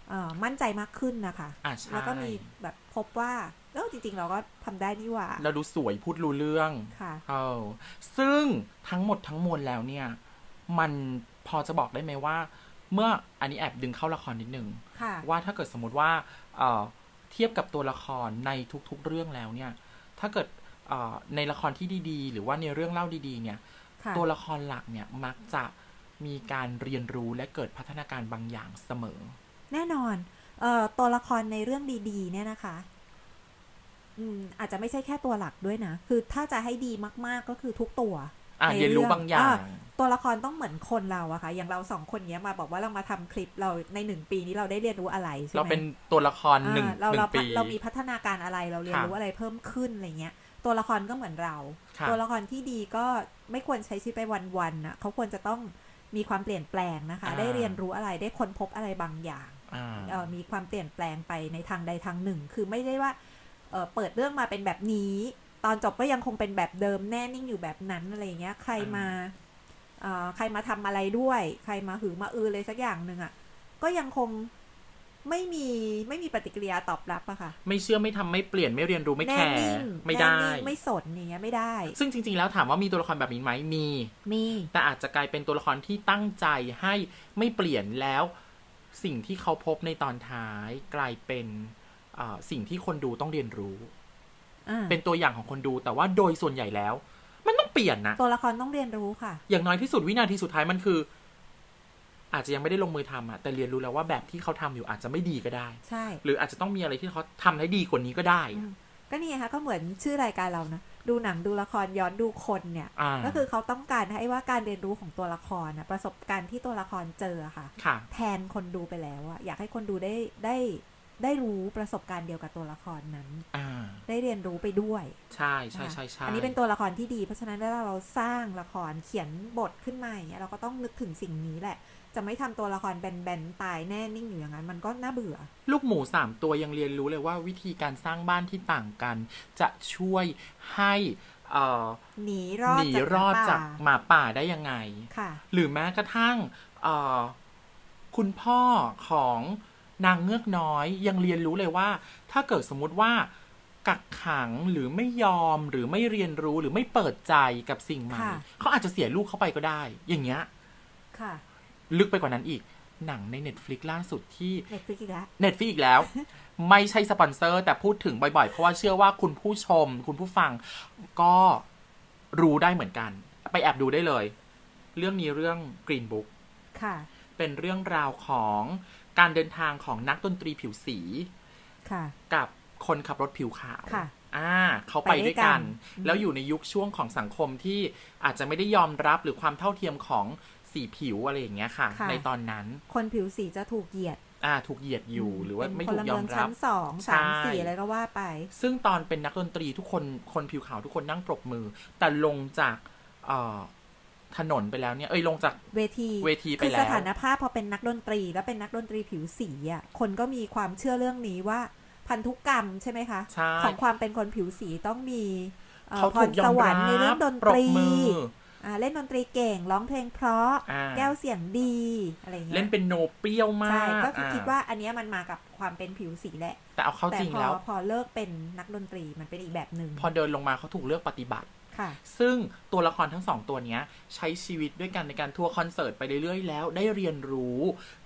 Speaker 3: เอ่อมั่นใจมากขึ้นนะคะ
Speaker 2: อ่าใช่
Speaker 3: แล้วก็มีแบบพบว่าเออจริง ๆ เราก็ทำได้นี่หว่า
Speaker 2: เราดูสวยพูดรู้เรื่อง
Speaker 3: ค่ะ
Speaker 2: เออซึ่งทั้งหมดทั้งมวลแล้วเนี่ย มันพอจะบอกได้ไหมว่า เมื่ออันนี้แอบดึงเข้าละครนิดนึง
Speaker 3: ค่ะ
Speaker 2: ว่าถ้าเกิดสมมติว่าเอ่อเทียบกับตัวละครในทุกๆเรื่องแล้วเนี่ย ถ้าเกิดเอ่อในละครที่ดีๆ หรือว่าในเรื่องเล่าดีๆเนี่ย
Speaker 3: ค่ะ
Speaker 2: ตัวละครหลักเนี่ยมักจะมีการเรียนรู้และเกิดพัฒนาการบางอย่างเสมอ
Speaker 3: แน่นอนเอ่อตัวละครในเรื่องดีๆ เนี่ยนะคะ อืมอาจจะไม่ใช่แค่ตัวหลักด้วยนะ คือถ้าจะให้ดีมากๆก็คือทุกตัว
Speaker 2: อ่ะ
Speaker 3: ใน
Speaker 2: เรียนรู้บางอย่า
Speaker 3: เรื่
Speaker 2: ง
Speaker 3: อง ตัวละครต้องเหมือนคนเราอะค่ะ อย่างเราสองคนเนี้ยมาบอกว่าเรามาทำคลิปเราในหนึ่งปีนี้เราได้เรียนรู้อะไรใช่ไหม
Speaker 2: เราเป็นตัวละครหนึ่ง
Speaker 3: อ่าเรา
Speaker 2: หนึ่
Speaker 3: เรา
Speaker 2: งปี
Speaker 3: เรามีพัฒนาการอะไรเราเรียนรู้
Speaker 2: ค่ะ
Speaker 3: อะไรเพิ่มขึ้นอะไรเงี้ย ตัวละครก็เหมือนเรา
Speaker 2: ค่ะ
Speaker 3: ตัวละครที่ดีก็ไม่ควรใช้ชีวิตไปวันๆน่ะเขาควรจะต้องมีความเปลี่ยนแปลงนะคะ
Speaker 2: อ่า
Speaker 3: ได้เรียนรู้อะไรได้ค้นพบอะไรบางอย่าง
Speaker 2: อ่า
Speaker 3: เอ่อมีความเปลี่ยนแปลงไปในทางใดทางหนึ่ง คือไม่ได้ว่าเอ่อเปิดเรื่องมาเป็นแบบนี้ ตอนจบก็ยังคงเป็นแบบเดิมแน่นิ่งอยู่แบบนั้นอะไรเงี้ย ใครมาเอ่อใครมาทำอะไรด้วย ใครมาหือมาอือเลยสักอย่างหนึ่งอะ่ะก็ยังคงไม่มีไม่มีปฏิกิริยาตอบรับอะค่ะ
Speaker 2: ไม่เชื่อไม่ทำไม่เปลี่ยนไม่เรียนรู้ไม่แค
Speaker 3: แน่
Speaker 2: ร์
Speaker 3: นิ่ง
Speaker 2: ไม่
Speaker 3: แน่
Speaker 2: ได้
Speaker 3: นิ่งไม่สนอย่างเงี้ยไม่ได้
Speaker 2: ซึ่งจริง ๆ แล้วถามว่ามีตัวละครแบบนี้ไหมมี
Speaker 3: มี
Speaker 2: แต่อาจจะกลายเป็นตัวละครที่ตั้งใจให้ไม่เปลี่ยนแล้วสิ่งที่เขาพบในตอนท้ายกลายเป็นเอ่อสิ่งที่คนดูต้องเรียนรู้
Speaker 3: อ่า
Speaker 2: เป็นตัวอย่างของคนดูแต่ว่าโดยส่วนใหญ่แล้ว มันต้องเปลี่ยนนะ
Speaker 3: ตัวละครต้องเรียนรู้ค่ะ
Speaker 2: อย่างน้อยที่สุดวินาทีสุดท้ายมันคือ อาจจะยังไม่ได้ลงมือทำอะแต่เรียนรู้แล้วว่าแบบที่เขาทำอยู่อาจจะไม่ดีก็ได้
Speaker 3: ใช่
Speaker 2: หรืออาจจะต้องมีอะไรที่เขาทำให้ดีกว่านี้ก็ได้อะ
Speaker 3: ก็นี่ไงคะก็เหมือนชื่อรายการเรานะ ดูหนังดูละครย้อนดูคนเนี่ย
Speaker 2: อ่า
Speaker 3: ก็คือเขาต้องการให้ว่าการเรียนรู้ของตัวละครนะประสบการณ์ที่ตัวละครเจออะค่ะ
Speaker 2: ค่ะ
Speaker 3: แทนคนดูไปแล้วอะอยากให้คนดูได้ได้ได้รู้ประสบการณ์เดียวกับตัวละครนั้น
Speaker 2: อ่า
Speaker 3: ได้เรียนรู้ไปด้วย
Speaker 2: ใช่ใช่
Speaker 3: นะคะ
Speaker 2: ใช่ใช่
Speaker 3: อันนี้เป็นตัวละครที่ดี เพราะฉะนั้นเวลาเราสร้างละครเขียนบทขึ้นมาอย่างเงี้ยเราก็ต้องนึกถึงสิ่งนี้แหละ จะไม่ทำตัวละครแบนๆตายแน่นิ่งอยู่อย่างนั้น มันก็น่าเบื่อ
Speaker 2: ลูกหมูสามตัวยังเรียนรู้เลยว่าวิธีการสร้างบ้านที่ต่างกัน จะช่วยให้เอ่อ
Speaker 3: หนีรอ
Speaker 2: ห
Speaker 3: ด
Speaker 2: นีรอดจาก
Speaker 3: ป่
Speaker 2: หมาป่าได้ยังไง
Speaker 3: ค่ะ
Speaker 2: หรือแม้กระทั่งเอ่อคุณพ่อของนางเงือกน้อยยังเรียนรู้เลยว่า ถ้าเกิดสมมุติว่ากักขังหรือไม่ยอมหรือไม่เรียนรู้หรือไม่เปิดใจกับสิ่งใหม่
Speaker 3: ค่ะ
Speaker 2: เขาอาจจะเสียลูกเข้าไปก็ได้ อย่างเงี้ย
Speaker 3: ค่ะ
Speaker 2: ลึกไปกว่านั้นอีกหนังใน Netflix ล่าสุดที่
Speaker 3: เน็ตฟลิกอีกแล้ว
Speaker 2: เน็ตฟ i ีอีกแล้ว ไม่ใช่สปอนเซอร์ แต่พูดถึงบ่อยๆ เพราะว่าเชื่อว่าคุณผู้ชม คุณผู้ฟัง ก็รู้ได้เหมือนกัน ไปแอบดูได้เลย เรื่องนี้เรื่อง Green Book
Speaker 3: ค่ะ
Speaker 2: เป็นเรื่องราวของการเดินทางของนักดนตรีผิวสี
Speaker 3: ค่ะ
Speaker 2: กับคนขับรถผิวขาว
Speaker 3: ค่ะ
Speaker 2: อ่าเขาไปด้วยกัน
Speaker 3: ไปด้วยกัน
Speaker 2: แล้วอยู่ในยุคช่วงของสังคมที่อาจจะไม่ได้ยอมรับหรือความเท่าเทียมของสีผิวอะไรอย่างเงี้ยค่ะ
Speaker 3: ค่ะ
Speaker 2: ในตอนนั้น
Speaker 3: คนผิวสีจะถูกเหยียด
Speaker 2: อ่าถูกเหยียดอยู่หรือว่า
Speaker 3: เป็น
Speaker 2: ไม่
Speaker 3: พ
Speaker 2: ถู
Speaker 3: ล
Speaker 2: กย
Speaker 3: เมื
Speaker 2: อ
Speaker 3: อง
Speaker 2: มรั
Speaker 3: ชั้
Speaker 2: บ
Speaker 3: นสองสาม
Speaker 2: ใช่
Speaker 3: สี่อะไรก็ว่าไป
Speaker 2: ซึ่งตอนเป็นนักดนตรีทุกคนคนผิวขาวทุกคนนั่งปรบมือ แต่ลงจากเอ่อถนนไปแล้วเนี่ยเอ้ยลงจาก
Speaker 3: เวที
Speaker 2: เวทีไป
Speaker 3: คือ
Speaker 2: แล้ว
Speaker 3: สถานภาพพอเป็นนักดนตรีแล้วเป็นนักดนตรีผิวสีอ่ะคนก็มีความเชื่อเรื่องนี้ว่าพันธุกรรมใช่ไหมคะ
Speaker 2: ใช่
Speaker 3: ของความเป็นคนผิวสีต้องมีอ่อ
Speaker 2: เขา
Speaker 3: พ
Speaker 2: ถู
Speaker 3: ร
Speaker 2: กยอ
Speaker 3: ส
Speaker 2: ม
Speaker 3: วร
Speaker 2: รั
Speaker 3: รค์ในเรื่อง
Speaker 2: บ
Speaker 3: ดน
Speaker 2: ปร
Speaker 3: ต
Speaker 2: บ
Speaker 3: รี
Speaker 2: มือ
Speaker 3: อ่าเล่นดนตรีเก่งร้องเพลงเพราะ
Speaker 2: อ่า
Speaker 3: แก้วเสียงดีอะไรเงี้ย
Speaker 2: เล่นเป็นโนเปรี้ยวมาก
Speaker 3: ใช่ก็คือ
Speaker 2: อ่
Speaker 3: คิดว่าอันเนี้ยมันมากับความเป็นผิวสีแหละ
Speaker 2: แต่เอาเข้า
Speaker 3: แต่
Speaker 2: จริง
Speaker 3: พอ
Speaker 2: แล้ว
Speaker 3: พอเลิกเป็นนักดนตรีมันเป็นอีกแบบหนึ่ง
Speaker 2: พอเดินลงมาเขาถูกเลือกปฏิบัติ
Speaker 3: ค่ะ
Speaker 2: ซึ่งตัวละครทั้งสองตัวเนี้ย ใช้ชีวิตด้วยกันในการทัวร์คอนเสิร์ตไปเรื่อยๆ แล้วได้เรียนรู้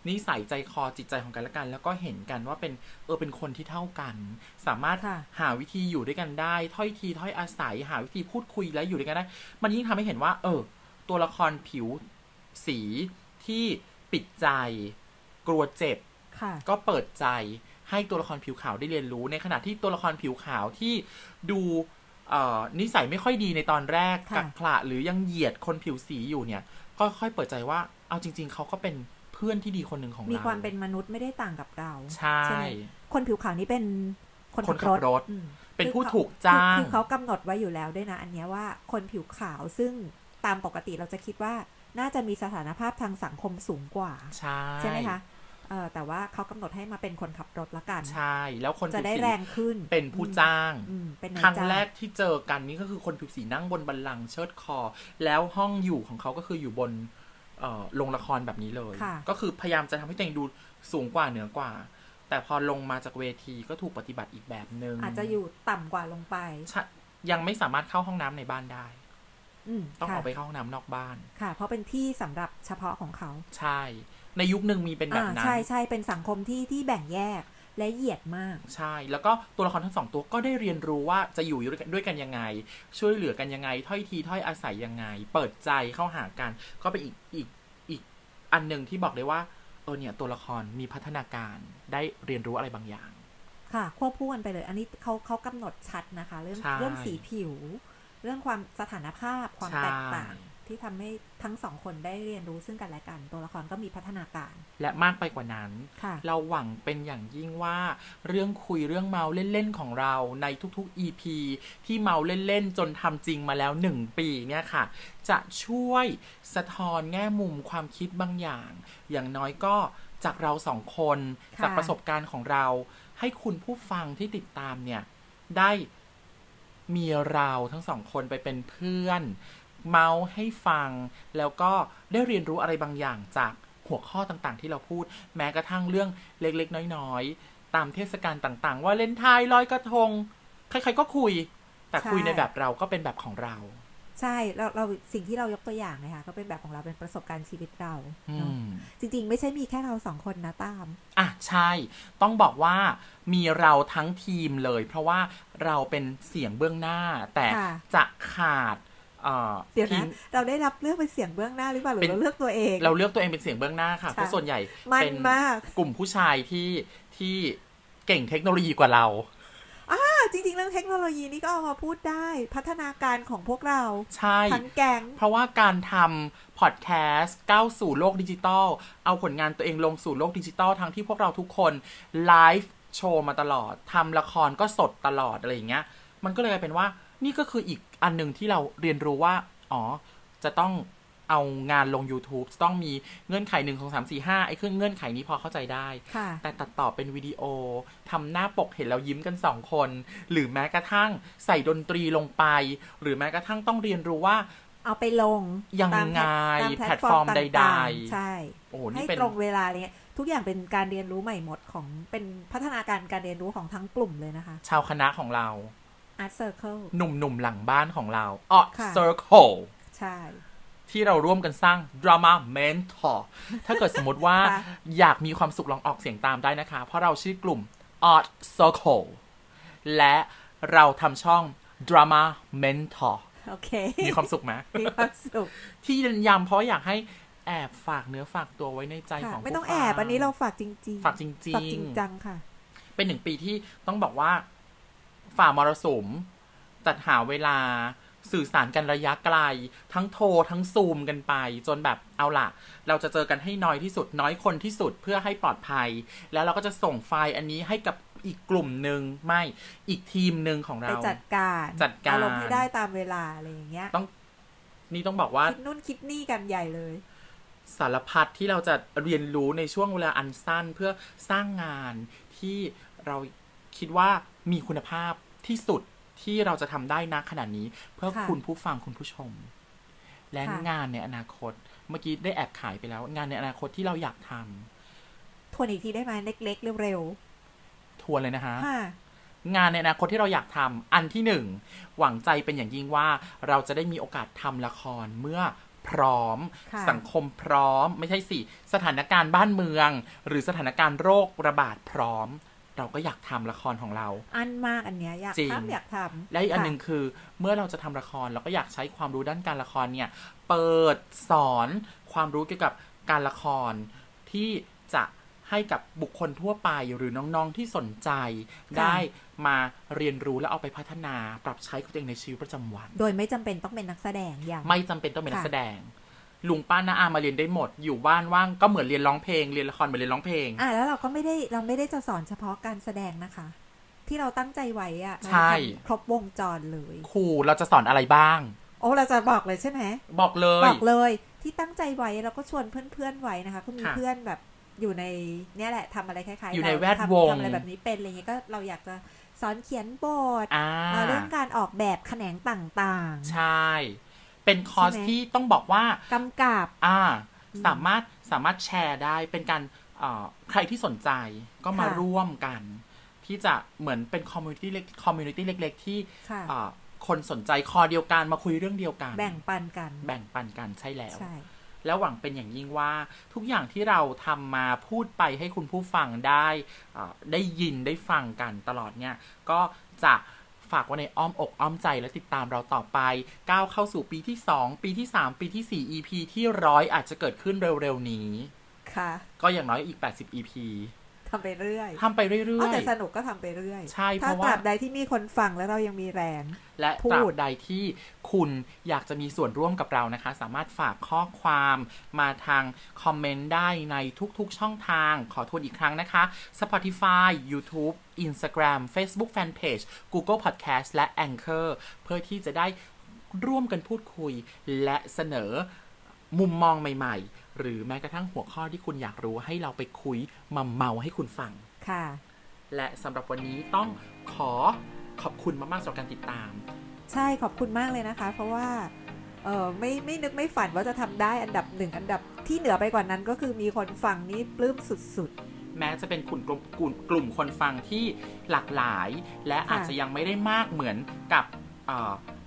Speaker 2: นิสัยใจคอจิตใจของกันและกัน แล้วก็เห็นกันว่าเป็นเออเป็นคนที่เท่ากัน สามารถ
Speaker 3: ค่ะ
Speaker 2: หาวิธีอยู่ด้วยกันได้ ถ้อยทีถ้อยอาศัย หาวิธีพูดคุยและอยู่ด้วยกันได้ มันยิ่งทำให้เห็นว่า เออ ตัวละครผิวสีที่ปิดใจ กลัวเจ็บ
Speaker 3: ค่ะ
Speaker 2: ก็เปิดใจให้ตัวละครผิวขาวได้เรียนรู้ ในขณะที่ตัวละครผิวขาวที่ดูเอ่อนิสัยไม่ค่อยดีในตอนแรก
Speaker 3: ค่ะ
Speaker 2: กัขระหรือยังเหยียดคนผิวสีอยู่เนี่ย ก็ค่อยเปิดใจว่าเอาจริง ๆ เขาก็เป็นเพื่อนที่ดีคนหนึ่งของเรา
Speaker 3: มี
Speaker 2: มี
Speaker 3: ความเป็นมนุษย์ไม่ได้ต่างกับเรา
Speaker 2: ใช่
Speaker 3: ไหมคนผิวขาวนี่เป็นคน
Speaker 2: คนขับรถ
Speaker 3: อืม
Speaker 2: เป็นผู้
Speaker 3: คือ
Speaker 2: ถูก
Speaker 3: เขา
Speaker 2: จ้าง
Speaker 3: คือเขากำหนดไว้อยู่แล้วด้วยนะ อันเนี้ยว่าคนผิวขาวซึ่งตามปกติเราจะคิดว่าน่าจะมีสถานภาพทางสังคมสูงกว่า
Speaker 2: ใช่
Speaker 3: ใช่ไหมคะเออแต่ว่าเขากำหนดให้มาเป็นคนขับรถละกัน
Speaker 2: ใช่ แล้วคน
Speaker 3: จะ
Speaker 2: ผิว
Speaker 3: ได้
Speaker 2: สี
Speaker 3: แรงขึ้น
Speaker 2: เป็นผู้จ้าง
Speaker 3: อืมเป็นนาย
Speaker 2: ครั้ง
Speaker 3: จ้า
Speaker 2: แรกที่เจอกันนี่ก็คือคนผิวสีนั่งบนบัลลังก์เชิดคอ แล้วห้องอยู่ของเขาก็คืออยู่บนเอ่อโรงละครแบบนี้เลย
Speaker 3: ค่ะ
Speaker 2: ก็คือพยายามจะทำให้ตัวเองดูสูงกว่าเหนือกว่า แต่พอลงมาจากเวทีก็ถูกปฏิบัติอีกแบบหนึง่ง
Speaker 3: อาจจะอยู่ต่ำกว่าลงไป
Speaker 2: ใช่ยังไม่สามารถเข้าห้องน้ำในบ้านได้
Speaker 3: อืม
Speaker 2: ต้องอ
Speaker 3: ค่ะ
Speaker 2: อกไปเข้าห้องน้ำนอกบ้าน
Speaker 3: ค่ะ เพราะเป็นที่สำหรับเฉพาะของเขา
Speaker 2: ใช่ ในยุคหนึ่งมีเป็นแบบ
Speaker 3: อ่า
Speaker 2: นั้น
Speaker 3: ใช่ใช่เป็นสังคมที่ที่แบ่งแยกและเหยียดมาก
Speaker 2: ใช่ แล้วก็ตัวละครทั้งสองตัวก็ได้เรียนรู้ว่าจะอยู่ด้วยกันด้วยกันยังไง ช่วยเหลือกันยังไง ถ้อยทีถ้อยอาศัยยังไง เปิดใจเข้าหากัน ก็เป็นอีกอีกอีกอันหนึ่งที่บอกเลยว่า เออเนี่ยตัวละครมีพัฒนาการได้เรียนรู้อะไรบางอย่าง
Speaker 3: ค่ะควบคู่กันไปเลย อันนี้เขาเขากำหนดชัดนะคะ เรื่อง
Speaker 2: ใช่
Speaker 3: เรื่องสีผิว เรื่องความสถานภาพความ
Speaker 2: ใช่
Speaker 3: แตกต่าง ที่ทำให้ทั้งสองคนได้เรียนรู้ซึ่งกันและกัน ตัวละครก็มีพัฒนาการ
Speaker 2: และมากไปกว่านั้น
Speaker 3: ค่ะ
Speaker 2: เราหวังเป็นอย่างยิ่งว่าเรื่องคุยเรื่องเมาเล่น ๆ ของเราในทุกๆ EP ที่เมาเล่น ๆ จนทำจริงมาแล้ว 1 ปีเนี่ยค่ะ จะช่วยสะท้อนแง่มุมความคิดบางอย่าง อย่างน้อยก็จากเราสองคน
Speaker 3: ค่ะ
Speaker 2: จากประสบการณ์ของเรา ให้คุณผู้ฟังที่ติดตามเนี่ย ได้มีเราทั้งสองคนไปเป็นเพื่อน เมาส์ให้ฟัง แล้วก็ได้เรียนรู้อะไรบางอย่างจากหัวข้อต่างๆ ที่เราพูด แม้กระทั่งเรื่องเล็กๆ น้อยๆ ตามเทศกาลต่างๆ ว่าเล่นทายลอยกระทง ใครๆก็คุย แต่
Speaker 3: ใช่
Speaker 2: คุยในแบบเราก็เป็นแบบของเรา
Speaker 3: ใช่เราเราสิ่งที่เรายกตัวอย่างนะคะก็เป็นแบบของเราเป็นประสบการณ์ชีวิตเรา
Speaker 2: อื
Speaker 3: เนอะ
Speaker 2: ม
Speaker 3: จริง ๆ ไม่ใช่มีแค่เราสองคนนะตาม
Speaker 2: อ่ะ ใช่ ต้องบอกว่ามีเราทั้งทีมเลย เพราะว่าเราเป็นเสียงเบื้องหน้า แต่
Speaker 3: ค่ะ
Speaker 2: จะขาดเอ่อ
Speaker 3: เดี๋ยว
Speaker 2: ที
Speaker 3: นะ
Speaker 2: ม
Speaker 3: เราได้รับเลือกเป็นเสียงเบื้องหน้าหรือเปล่าหรื
Speaker 2: เป็
Speaker 3: อน เราเลือกตัวเอง
Speaker 2: เราเลือกตัวเองเป็นเสียงเบื้องหน้าค่ะ
Speaker 3: ใช่
Speaker 2: เพราะส่วนใหญ่
Speaker 3: มัน
Speaker 2: เป็น
Speaker 3: มาก
Speaker 2: กลุ่มผู้ชายที่ที่เก่งเทคโนโลยีกว่าเรา
Speaker 3: อ่ะจริง ๆ เรื่องเทคโนโลยีนี่ก็เอามาพูดได้ พัฒนาการของพวกเรา
Speaker 2: ใช่
Speaker 3: ทั้งแก๊ง
Speaker 2: เพราะว่าการทำพอดแคสต์ก้าวสู่โลกดิจิตอลเอาผลงานตัวเองลงสู่โลกดิจิตอลทั้งที่พวกเราทุกคนไลฟ์โชว์มาตลอดทำละครก็สดตลอดอะไรอย่างเงี้ย มันก็เลยกลายเป็นว่านี่ก็คืออีกอันหนึ่งที่เราเรียนรู้ว่า อ๋อ จะต้องเอางานลง YouTube จะต้องมีเงื่อนไขหนึ่งสองสามสี่ห้าไอ้เครื่องเงื่อนไขนี้พอเข้าใจได้
Speaker 3: ค่ะ
Speaker 2: แต่ตัดต่อเป็นวิดีโอทำหน้าปกเห็นเรายิ้มกันสองคน หรือแม้กระทั่งใส่ดนตรีลงไป หรือแม้กระทั่งต้องเรียนรู้ว่า
Speaker 3: เอาไปลง
Speaker 2: ยัง
Speaker 3: ตามแพลต
Speaker 2: ไง
Speaker 3: ตาม
Speaker 2: แพลตฟอร์ม
Speaker 3: ต่างๆ
Speaker 2: ใดๆ
Speaker 3: ใช่
Speaker 2: โอ้โห
Speaker 3: ให้
Speaker 2: นี่เป็น
Speaker 3: ตรงเวลาอะไรเงี้ยทุกอย่างเป็นการเรียนรู้ใหม่หมดของเป็นพัฒนาการการเรียนรู้ของทั้งกลุ่มเลยนะคะ
Speaker 2: ชาวคณะของเรา
Speaker 3: Art Circle
Speaker 2: หนุ่มๆหลังบ้านของเราออ t
Speaker 3: ค่ะ
Speaker 2: Circle
Speaker 3: ใช่
Speaker 2: ที่เราร่วมกันสร้าง Drama Mentor ถ้าเกิดสมมติว่า
Speaker 3: ค่ะ
Speaker 2: อยากมีความสุขลองออกเสียงตามได้นะคะ เพราะเราชื่อกลุ่ม Art Circle และเราทำช่อง Drama Mentor
Speaker 3: โอเค
Speaker 2: มีความสุขไหม
Speaker 3: มีความสุข
Speaker 2: ที่เน้นย้ำเพราะอยากให้แอบฝากเนื้อฝากตัวไว้ในใจ
Speaker 3: ค่ะ
Speaker 2: ของ
Speaker 3: ไม่ต้อง
Speaker 2: ผู้
Speaker 3: แอ
Speaker 2: ฟั
Speaker 3: บอันนี้เราฝากจริงๆ
Speaker 2: ฝากจริงๆ
Speaker 3: ฝากจริงจังค่ะ
Speaker 2: เป็นหนึ่งปีที่ต้องบอกว่า ฝ่ามรสุม จัดหาเวลาสื่อสารกันระยะไกล ทั้งโทรทั้งซูมกันไป จนแบบเอาล่ะ เราจะเจอกันให้น้อยที่สุดน้อยคนที่สุดเพื่อให้ปลอดภัย แล้วเราก็จะส่งไฟล์อันนี้ให้กับอีกกลุ่มหนึ่งไม่อีกทีมหนึ่งของ
Speaker 3: ไป
Speaker 2: เรา
Speaker 3: จัดการ
Speaker 2: จัดการ
Speaker 3: อารมณ์ให้ได้ตามเวลาอะไรอย่างเงี้ย
Speaker 2: นี่ต้องบอกว่า
Speaker 3: คิดนู่นคิดนี่กันใหญ่เลย
Speaker 2: สารพัดที่เราจะเรียนรู้ในช่วงเวลาอันสั้นเพื่อสร้างงานที่เราคิดว่ามีคุณภาพที่สุดที่เราจะทำได้นักขนาดนี้ เพื่อ
Speaker 3: ค่ะ
Speaker 2: คุณผู้ฟังคุณผู้ชม และ
Speaker 3: ค่ะ
Speaker 2: งานในอนาคต เมื่อกี้ได้แอบขายไปแล้ว งานในอนาคตที่เราอยากทำ
Speaker 3: ทวนอีกทีได้ไหมเล็ก ๆ เร็ว
Speaker 2: ทวนเลยนะคะ
Speaker 3: ๆค่ะ
Speaker 2: งานในอนาคตที่เราอยากทำอันที่หนึ่งหวังใจเป็นอย่างยิ่งว่าเราจะได้มีโอกาสทำละครเมื่อพร้อม
Speaker 3: ค่ะ
Speaker 2: สังคมพร้อม ไม่ใช่สิ สถานการณ์บ้านเมือง หรือสถานการณ์โรคระบาดพร้อม เราก็อยากทำละครของเรา
Speaker 3: อันมากอันเนี้ยอยาก
Speaker 2: จริง
Speaker 3: ทำอยากทำ
Speaker 2: และอีกอัน
Speaker 3: ค่ะ
Speaker 2: หนึ่งคือเมื่อเราจะทำละครเราก็อยากใช้ความรู้ด้านการละครเนี่ย เปิดสอนความรู้เกี่ยวกับการละคร ที่จะให้กับบุคคลทั่วไปหรือน้องๆที่สนใจ
Speaker 3: ค่ะ
Speaker 2: ได้มาเรียนรู้และเอาไปพัฒนาปรับใช้กับตัวเองในชีวิตประจำวัน
Speaker 3: โดยไม่จำเป็นต้องเป็นนักแสดงอย่าง
Speaker 2: ไม่จำเป็นต้องเป็นนัก
Speaker 3: ค่ะ
Speaker 2: แสดง ลุงป้าน้าอามาเรียนได้หมด อยู่บ้านว่างก็เหมือนเรียนร้องเพลงเรียนละครเหมือนเรียนร้องเพลง
Speaker 3: อ่ะแล้วเราก็ไม่ได้เราไม่ได้จะสอนเฉพาะการแสดงนะคะ ที่เราตั้งใจไว้อะเรา
Speaker 2: ใช่
Speaker 3: จะทำครบวงจรเลย
Speaker 2: ครูเราจะสอนอะไรบ้าง
Speaker 3: โอ้เราจะบอกเลยใช่ไหม
Speaker 2: บอกเลย
Speaker 3: บอกเลยที่ตั้งใจไว้เราก็ชวนเพื่อนๆไว้นะคะก็มี
Speaker 2: ค่ะ
Speaker 3: เพื่อนแบบอยู่ในเนี่ยแหละทำอะไรคล้ายๆ
Speaker 2: อยู่ใน
Speaker 3: เรา
Speaker 2: แวด
Speaker 3: ทำ
Speaker 2: วง
Speaker 3: ทำอะไรแบบนี้เป็นอะไรเงี้ยก็เราอยากจะสอนเขียนบท
Speaker 2: อ่า
Speaker 3: เอาเรื่องการออกแบบแขนงต่าง
Speaker 2: ใช่ เป็นคอร์ส
Speaker 3: ใช่ไหม
Speaker 2: ที่ต้องบอกว่า
Speaker 3: ๆกำกับ
Speaker 2: อ่า
Speaker 3: อืม
Speaker 2: สามารถ สามารถแชร์ได้ เป็นการเอ่อใครที่สนใจก็มา
Speaker 3: ค่ะ
Speaker 2: ร่วมกัน ที่จะเหมือนเป็นคอมมูนิตี้เล็กคอมมูนิตี้เล็ก ๆ ที่
Speaker 3: ค่ะ
Speaker 2: เอ่อคนสนใจคอเดียวกันมาคุยเรื่องเดียวกัน
Speaker 3: แบ่งปันกัน
Speaker 2: แบ่งปันกันใช่แล้ว
Speaker 3: ใช่
Speaker 2: แล้วหวังเป็นอย่างยิ่งว่าทุกอย่างที่เราทำมาพูดไปให้คุณผู้ฟังได้อ่าได้ยินได้ฟังกันตลอดเนี่ย ก็จะฝากไว้ในอ้อมอกอ้อมใจและติดตามเราต่อไปก้าวเข้าสู่ปีที่ 2 ปีที่ 3 ปีทีสี่4 EP ที่ร้อยอาจจะเกิดขึ้นเร็วๆนี้
Speaker 3: ค่ะ
Speaker 2: ก็อย่างน้อยอีก 80 EP
Speaker 3: ทำไปเรื่อย
Speaker 2: ทำไปเรื่
Speaker 3: เอา
Speaker 2: อย
Speaker 3: แต่สนุกก็ทำไปเรื่อย
Speaker 2: ใช่
Speaker 3: ถ้า
Speaker 2: เพราะว่า
Speaker 3: ตราบใดที่มีคนฟังแล้วเรายังมีแรง
Speaker 2: และ
Speaker 3: พูด
Speaker 2: ตราบใดที่คุณอยากจะมีส่วนร่วมกับเรานะคะ สามารถฝากข้อความมาทางคอมเมนต์ได้ในทุกๆช่องทาง ขอทวนอีกครั้งนะคะ Spotify YouTube Instagram Facebook Fanpage Google Podcast และ Anchor เพื่อที่จะได้ร่วมกันพูดคุย และเสนอมุมมองใหม่ๆ หรือแม้กระทั่งหัวข้อที่คุณอยากรู้ให้เราไปคุยมาเมาให้คุณฟัง
Speaker 3: ค่ะ
Speaker 2: และสำหรับวันนี้ต้องขอขอบคุณมากๆสำหรับการติดตาม
Speaker 3: ใช่ขอบคุณมากเลยนะคะ เพราะว่าเออไม่ไม่นึกไม่ฝันว่าจะทำได้อันดับหนึ่งอันดับที่เหนือไปกว่านั้นก็คือมีคนฟังนี่ปลื้มสุด
Speaker 2: แม้จะเป็นกลุ่มกลุ่มกลุ่มกลุ่มคนฟังที่หลากหลาย และอาจจะยังไม่ได้มากเหมือนกับ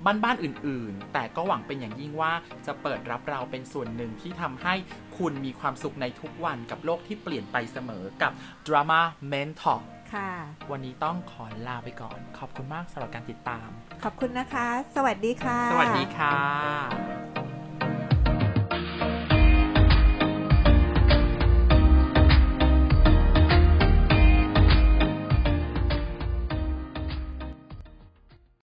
Speaker 2: บ้านบ้านๆอื่น ๆ แต่ก็หวังเป็นอย่างยิ่งว่าจะเปิดรับเราเป็นส่วนหนึ่งที่ทำให้คุณมีความสุขในทุกวันกับโลกที่เปลี่ยนไปเสมอกับ Drama Mentor
Speaker 3: ๆ ค่ะ
Speaker 2: วันนี้ต้องขอลาไปก่อน ขอบคุณมากสำหรับการติดตาม
Speaker 3: ขอบคุณนะคะ สวัสดีค่ะ
Speaker 2: สวัสดีค่ะ